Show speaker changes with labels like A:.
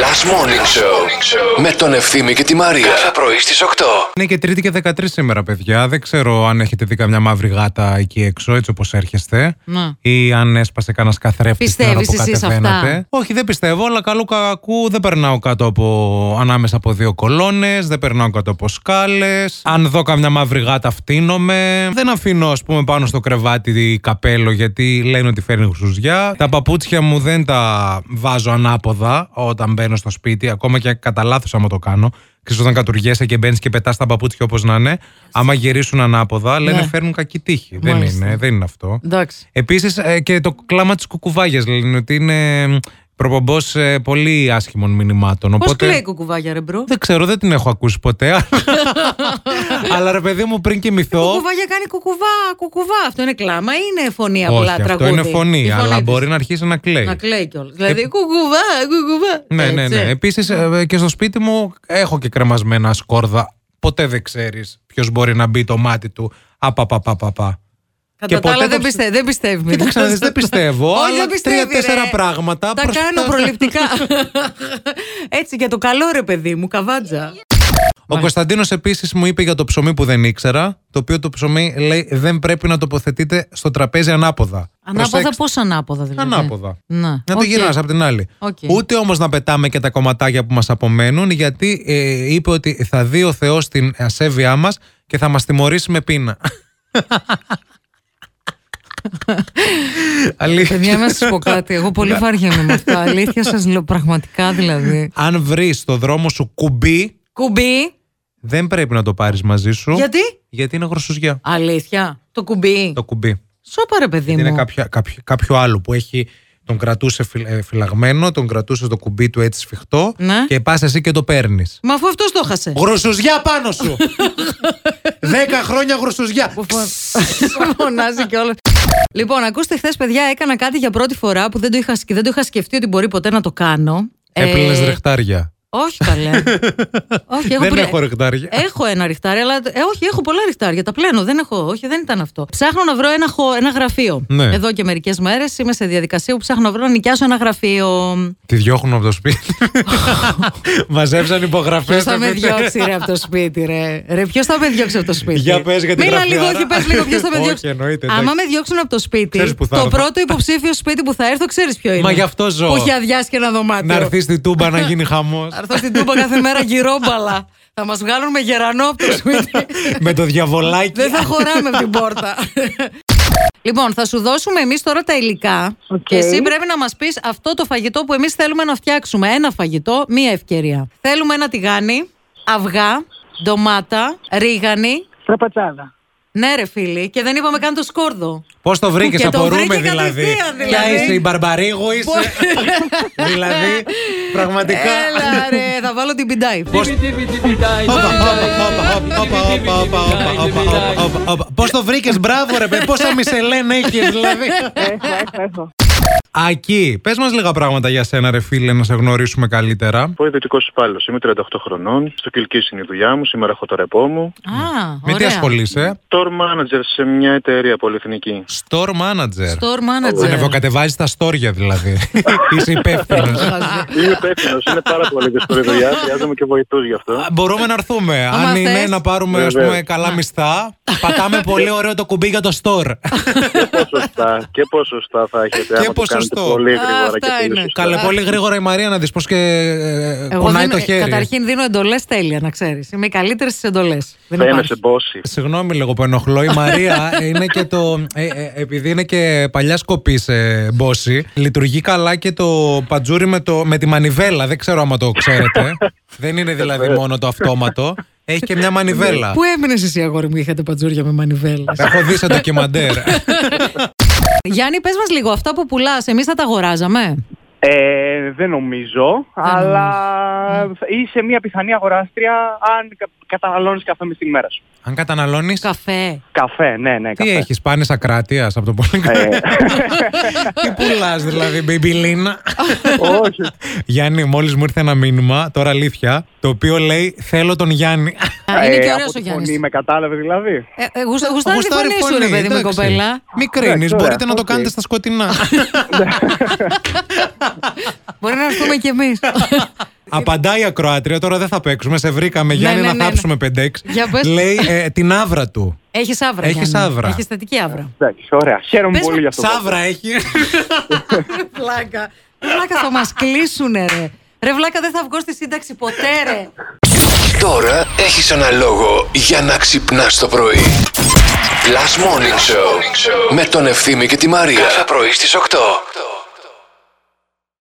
A: Last Morning Show με τον Ευθύμη και τη Μαρία. Κάθε πρωί στις 8.
B: Είναι και Τρίτη και 13 σήμερα, παιδιά. Δεν ξέρω αν έχετε δει καμιά μαύρη γάτα εκεί έξω, έτσι όπως έρχεστε.
C: Να.
B: Ή αν έσπασε κανένα καθρέφτη στην ώρα που
C: Πιστεύεις εσύ σε αυτά?
B: κατεβαίνατε. Όχι, δεν πιστεύω, αλλά καλού κακού δεν περνάω κάτω από, ανάμεσα από δύο κολόνες, δεν περνάω κάτω από σκάλες. Αν δω καμιά μαύρη γάτα, φτύνομαι. Δεν αφήνω, ας πούμε, πάνω στο κρεβάτι καπέλο, γιατί λένε ότι φέρνει χρουσουζιά. Τα παπούτσια μου δεν τα βάζω ανάποδα όταν μπαίνω στο σπίτι, ακόμα και κατά λάθος άμα το κάνω. Ξέρεις, όταν κατουργέσαι και μπαίνεις και πετάς τα παπούτσια όπως να είναι, άμα γυρίσουν ανάποδα, λένε
C: Ναι.
B: φέρνουν κακή τύχη. Δεν
C: Μάλιστα.
B: είναι, δεν είναι αυτό.
C: Εντάξει.
B: Επίσης ε, και το κλάμα της κουκουβάγιας λένε ότι είναι προπομπός πολύ άσχημων μηνυμάτων.
C: Πώς
B: Οπότε. Ε,
C: κλαίει η κουκουβάγια, ρε μπρο.
B: Δεν ξέρω, δεν την έχω ακούσει ποτέ. αλλά- Αλλά ρε παιδί μου, πριν κοιμηθώ.
C: Κουκουβάγια κάνει κουκουβά, κουκουβά. Αυτό είναι κλάμα ή είναι φωνή απλά
B: Όχι, αυτό
C: τραγούδι.
B: είναι
C: Η
B: φωνή,
C: φωνή
B: αλλά
C: της.
B: μπορεί να αρχίσει να κλαίει.
C: να κλαίει κιόλας. Δηλαδή κουκουβά, κουκουβά.
B: Ναι, ναι,
C: Έτσι.
B: ναι. Επίση και στο σπίτι μου έχω και κρεμασμένα σκόρδα. Ποτέ δεν ξέρεις ποιος μπορεί να μπει το μάτι του. Απαπαπαπαπα.
C: Κατά
B: Ε, και
C: τα άλλα
B: ποτέ
C: δεν
B: το ψ-
C: πιστεύει. Δεν πιστεύει. μην
B: Κοίταξε να δεις, δεν πιστεύω,
C: Όχι,
B: αλλά
C: δεν πιστεύει,
B: τρία-τέσσερα
C: ρε.
B: πράγματα
C: Τα
B: προς-
C: κάνω προληπτικά. Έτσι, για το καλό ρε παιδί μου, καβάτζα.
B: Ο Κωνσταντίνος επίσης μου είπε για το ψωμί που δεν ήξερα. Το οποίο το ψωμί λέει δεν πρέπει να τοποθετείτε στο τραπέζι ανάποδα.
C: Ανάποδα,
B: Προσέξτε.
C: πώς ανάποδα δηλαδή.
B: Ανάποδα.
C: Να,
B: Να το
C: οκ.
B: γυρνάς από την άλλη.
C: Οκ.
B: Ούτε όμως να πετάμε και τα κομματάκια που μας απομένουν, γιατί ε, είπε ότι θα δει ο Θεός την ασέβειά μας και θα μας τιμωρήσει με πείνα. Αλήθεια.
C: Παιδιά, να σας πω κάτι. Εγώ πολύ
B: Ναι.
C: βαριέμαι με αυτά. Αλήθεια σας λέω, πραγματικά δηλαδή.
B: Αν βρεις στο δρόμο σου κουμπί,
C: Κουμπί.
B: δεν πρέπει να το πάρεις μαζί σου.
C: Γιατί?
B: Γιατί είναι γροσουζιά
C: Αλήθεια. Το κουμπί.
B: το κουμπί.
C: Σώπα ρε παιδί
B: Γιατί
C: μου.
B: είναι κάποια, κάποιο, κάποιο άλλο που έχει τον κρατούσε φυλ- ε, φυλαγμένο, τον κρατούσε το κουμπί του έτσι σφιχτό
C: Ναι.
B: και πας εσύ και το παίρνεις.
C: Μα αφού αυτός το χασε.
B: Γρουσουζιά πάνω σου! Δέκα χρόνια γρουσουζιά!
C: Φωνάζει κιόλα. Λοιπόν, ακούστε, χθες, παιδιά, έκανα κάτι για πρώτη φορά που δεν το είχα, σκε- δεν το είχα σκεφτεί ότι μπορεί ποτέ να το κάνω. Ε,
B: Έπλυνε ρεχτάρια.
C: Όχι, καλέ. όχι, έχω Ε.
B: Δεν
C: πλε-
B: έχω ρεχτάρια.
C: Έχω ένα ριχτάρι, αλλά. ε, όχι, έχω πολλά ριχτάρια. Τα πλένω. Δεν έχω. Όχι, δεν ήταν αυτό. Ψάχνω να βρω ένα, χω- ένα γραφείο.
B: Ναι.
C: Εδώ και μερικές μέρες είμαι σε διαδικασία που ψάχνω να βρω να νοικιάσω ένα γραφείο.
B: Τη διώχνουν από το σπίτι. Μαζέψαν υπογραφές.
C: Ποιος θα με διώξει ρε από το σπίτι, ρε. ρε ποιος θα με διώξει από το σπίτι.
B: Για πες για την
C: Μίλα
B: γραφειάρα.
C: λίγο, όχι, πες λίγο, ποιος θα με
B: Όχι,
C: διώξει.
B: εννοείται,
C: Άμα
B: εντάξει.
C: με διώξουν από το σπίτι,
B: Ξέρεις που θα
C: το
B: έρθω.
C: πρώτο υποψήφιο σπίτι που θα έρθω, ξέρεις ποιο είναι.
B: γι' αυτό ζω.
C: Που έχει αδειάσει και ένα δωμάτιο.
B: Να έρθεις στη τούμπα να γίνει χαμός.
C: Να έρθω στην τούπα κάθε μέρα γυρόμπαλα. θα μας βγάλουν με γερανό από το σπίτι.
B: Με το διαβολάκι.
C: Δεν θα χωράμε από την πόρτα. Λοιπόν, θα σου δώσουμε εμείς τώρα τα υλικά
D: Οκ.
C: και εσύ πρέπει να μας πεις αυτό το φαγητό που εμείς θέλουμε να φτιάξουμε. Ένα φαγητό, μία ευκαιρία. Θέλουμε ένα τηγάνι, αυγά, ντομάτα, ρίγανη.
D: Τραπατσάδα.
C: Ναι, ρε φίλοι, και δεν είπαμε καν το σκόρδο.
B: Πώς το βρήκες,
C: Και το
B: απορούμε
C: βρήκε
B: δηλαδή.
C: κατευθείαν,
B: Ποια
C: δηλαδή.
B: είσαι, η Μπαρμπαρίγου είσαι. Δηλαδή, πραγματικά.
C: Έλα, ρε, θα βάλω την πιντάι.
B: Πώς- Όπα, όπα, όπα, όπα, όπα, όπα, όπα, όπα, όπα, όπα. Πώς το βρήκες, μπράβο ρε παιδί, πόσα μισελέν έχεις δηλαδή.
D: Έχω, έχω, έχω.
B: Ακή, πες μας λίγα πράγματα για σένα ρε φίλε, να σε γνωρίσουμε καλύτερα.
E: Είμαι ιδιωτικό υπάλληλος. Είμαι 38 χρονών. Στο Κυλκή είναι η δουλειά μου. Σήμερα έχω το ρεπό μου.
C: Α,
B: Με τι
C: ωραία.
B: ασχολείσαι,
E: Store manager σε μια εταιρεία πολυεθνική.
B: store manager.
C: Store manager.
B: Ανεβοκατεβάζεις τα στόρια δηλαδή. Είσαι υπεύθυνος.
E: Είμαι υπεύθυνος. Είναι πάρα πολύ δύσκολη δουλειά. Χρειάζομαι και βοηθούς γι' αυτό.
B: Μπορούμε να έρθουμε. Αν
C: μας
B: είναι
C: θες.
B: να πάρουμε ας
E: Βέβαια.
B: πούμε, καλά μισθά, πατάμε πολύ ωραίο το κουμπί για το store.
E: και ποσοστά. Και ποσοστά θα έχετε. άμα το κάνετε
B: ποσοστό.
E: Πολύ
C: Α,
E: γρήγορα
C: αυτά
E: και πολύ
C: είναι.
E: σωστά.
B: Καλέ, πολύ γρήγορα η Μαρία να δεις πώς και ε, πονάει
C: δεν-
B: το χέρι.
C: Καταρχήν δίνω εντολές τέλεια, να ξέρεις. Είμαι η καλύτερη στις εντολές.
E: Φαίνεσαι μπόση.
B: Συγγνώμη λίγο που ενοχλώ. Η Μαρία είναι και το. ε, ε, επειδή είναι και παλιά κοπή ε, μπόση, λειτουργεί καλά και το πατζούρι με, το, με τη μανιβέλα. Δεν ξέρω άμα το ξέρετε. Δεν είναι δηλαδή μόνο το αυτόματο. Έχει και μια μανιβέλα.
C: Πού έμεινες εσύ, αγόρι μου, είχατε παντζούρια με μανιβέλε.
B: Τα Έχω δει σε ντοκιμαντέρ.
C: Γιάννη, πες μας λίγο, αυτά που πουλάς, εμείς θα τα αγοράζαμε.
F: Ε, δεν νομίζω, αλλά είσαι μια πιθανή αγοράστρια αν κα- καταναλώνεις καφέ μες στην μέρα σου.
B: Αν καταναλώνεις.
C: Καφέ.
F: Καφέ, ναι, ναι,
B: Τι
F: καφέ.
B: έχεις, πάνε ακράτεια από το πολύ
F: Ε,
B: Τι πουλάς, δηλαδή, μπιμπιλίνα.
E: Όχι.
B: Γιάννη, μόλις μου ήρθε ένα μήνυμα, τώρα αλήθεια, το οποίο λέει Θέλω τον Γιάννη.
C: Α, είναι
F: ε,
C: και
F: από
C: ωραίο ο
F: τη
C: Γιάννης.
F: φωνή με κατάλαβε δηλαδή.
C: Ε, ε, γουστα- Γουστάρεις τη
B: Γουστάρει
C: φωνή σου, ρε παιδί μου,
B: εντάξει.
C: κοπέλα.
B: Μη κρίνει,
F: Εντάξει, ωραία,
B: μπορείτε να το
F: οκ.
B: κάνετε στα σκοτεινά.
C: Μπορεί να έρθουμε κι εμείς.
B: Απαντάει η ακροάτρια, τώρα δεν θα παίξουμε. Σε βρήκαμε Γιάννη
C: ναι,
B: να
C: ναι, ναι.
B: θάψουμε 5-6.
C: Για πες.
B: Λέει ε, την άβρα του.
C: Έχεις άβρα.
B: Έχεις
C: Γιάννη.
B: άβρα.
C: Έχεις θετική άβρα.
F: Ε, Εντάξει, ωραία. Χαίρομαι
C: Πες
F: πολύ
C: μου,
F: για αυτό.
B: Σάβρα έχει.
C: Βλάκα. Βλάκα θα μας κλείσουνε, ρε. Ρε Βλάκα, δεν θα βγω στη σύνταξη ποτέ, ρε.
A: Τώρα έχεις ένα λόγο για να ξυπνάς το πρωί. Last Morning Show με τον Ευθύμη και τη Μαρία. Κάθε πρωί στις 8.